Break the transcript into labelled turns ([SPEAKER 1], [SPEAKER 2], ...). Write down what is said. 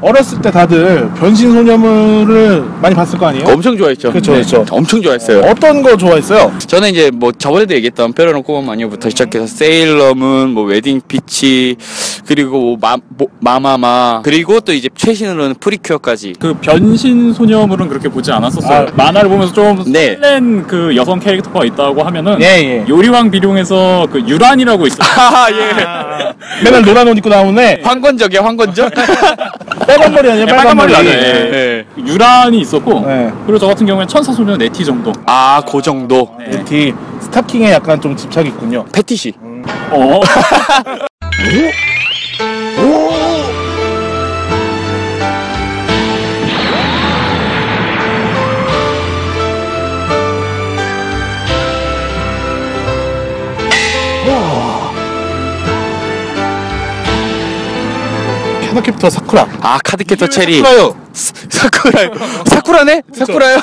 [SPEAKER 1] 어렸을 때 다들 변신 소녀물을 많이 봤을 거 아니에요?
[SPEAKER 2] 엄청 좋아했죠.
[SPEAKER 1] 어?
[SPEAKER 2] 네,
[SPEAKER 1] 그쵸, 그쵸.
[SPEAKER 2] 엄청 좋아했어요.
[SPEAKER 1] 어떤 거 좋아했어요?
[SPEAKER 2] 저는 이제 뭐 저번에도 얘기했던 페로노 꼬마 마녀부터 시작해서 세일러문, 뭐 웨딩 피치, 그리고 뭐 마, 뭐 마마마, 그리고 또 이제 최신으로는 프리큐어까지.
[SPEAKER 3] 그 변신 소녀물은 그렇게 보지 않았었어요.
[SPEAKER 1] 아.
[SPEAKER 3] 만화를 보면서 좀
[SPEAKER 2] 네.
[SPEAKER 3] 설렌 그 여성 캐릭터가 있다고 하면은
[SPEAKER 1] 예,
[SPEAKER 3] 요리왕 비룡에서 그 유란이라고 있어요.
[SPEAKER 2] 하하 예.
[SPEAKER 1] 아, 맨날 노란 옷 입고 나오네.
[SPEAKER 2] 황건적이야 황건적.
[SPEAKER 1] 빨간 머리 아니에요?
[SPEAKER 3] 예,
[SPEAKER 1] 빨간,
[SPEAKER 3] 빨간 머리
[SPEAKER 1] 머리.
[SPEAKER 3] 아니에요. 예.
[SPEAKER 2] 네.
[SPEAKER 3] 유란이 있었고
[SPEAKER 1] 네.
[SPEAKER 3] 그리고 저 같은 경우에는 천사 소녀 네티 정도.
[SPEAKER 2] 아그 정도.
[SPEAKER 3] 네.
[SPEAKER 1] 티 스타킹에 약간 좀 집착이 있군요.
[SPEAKER 2] 패티시.
[SPEAKER 3] 어.
[SPEAKER 1] 캐나캡터 사쿠라.
[SPEAKER 2] 아 카드캐터 체리.
[SPEAKER 1] 사쿠라요.
[SPEAKER 2] 아, 사- 사쿠라요. 사쿠라네? 사쿠라요?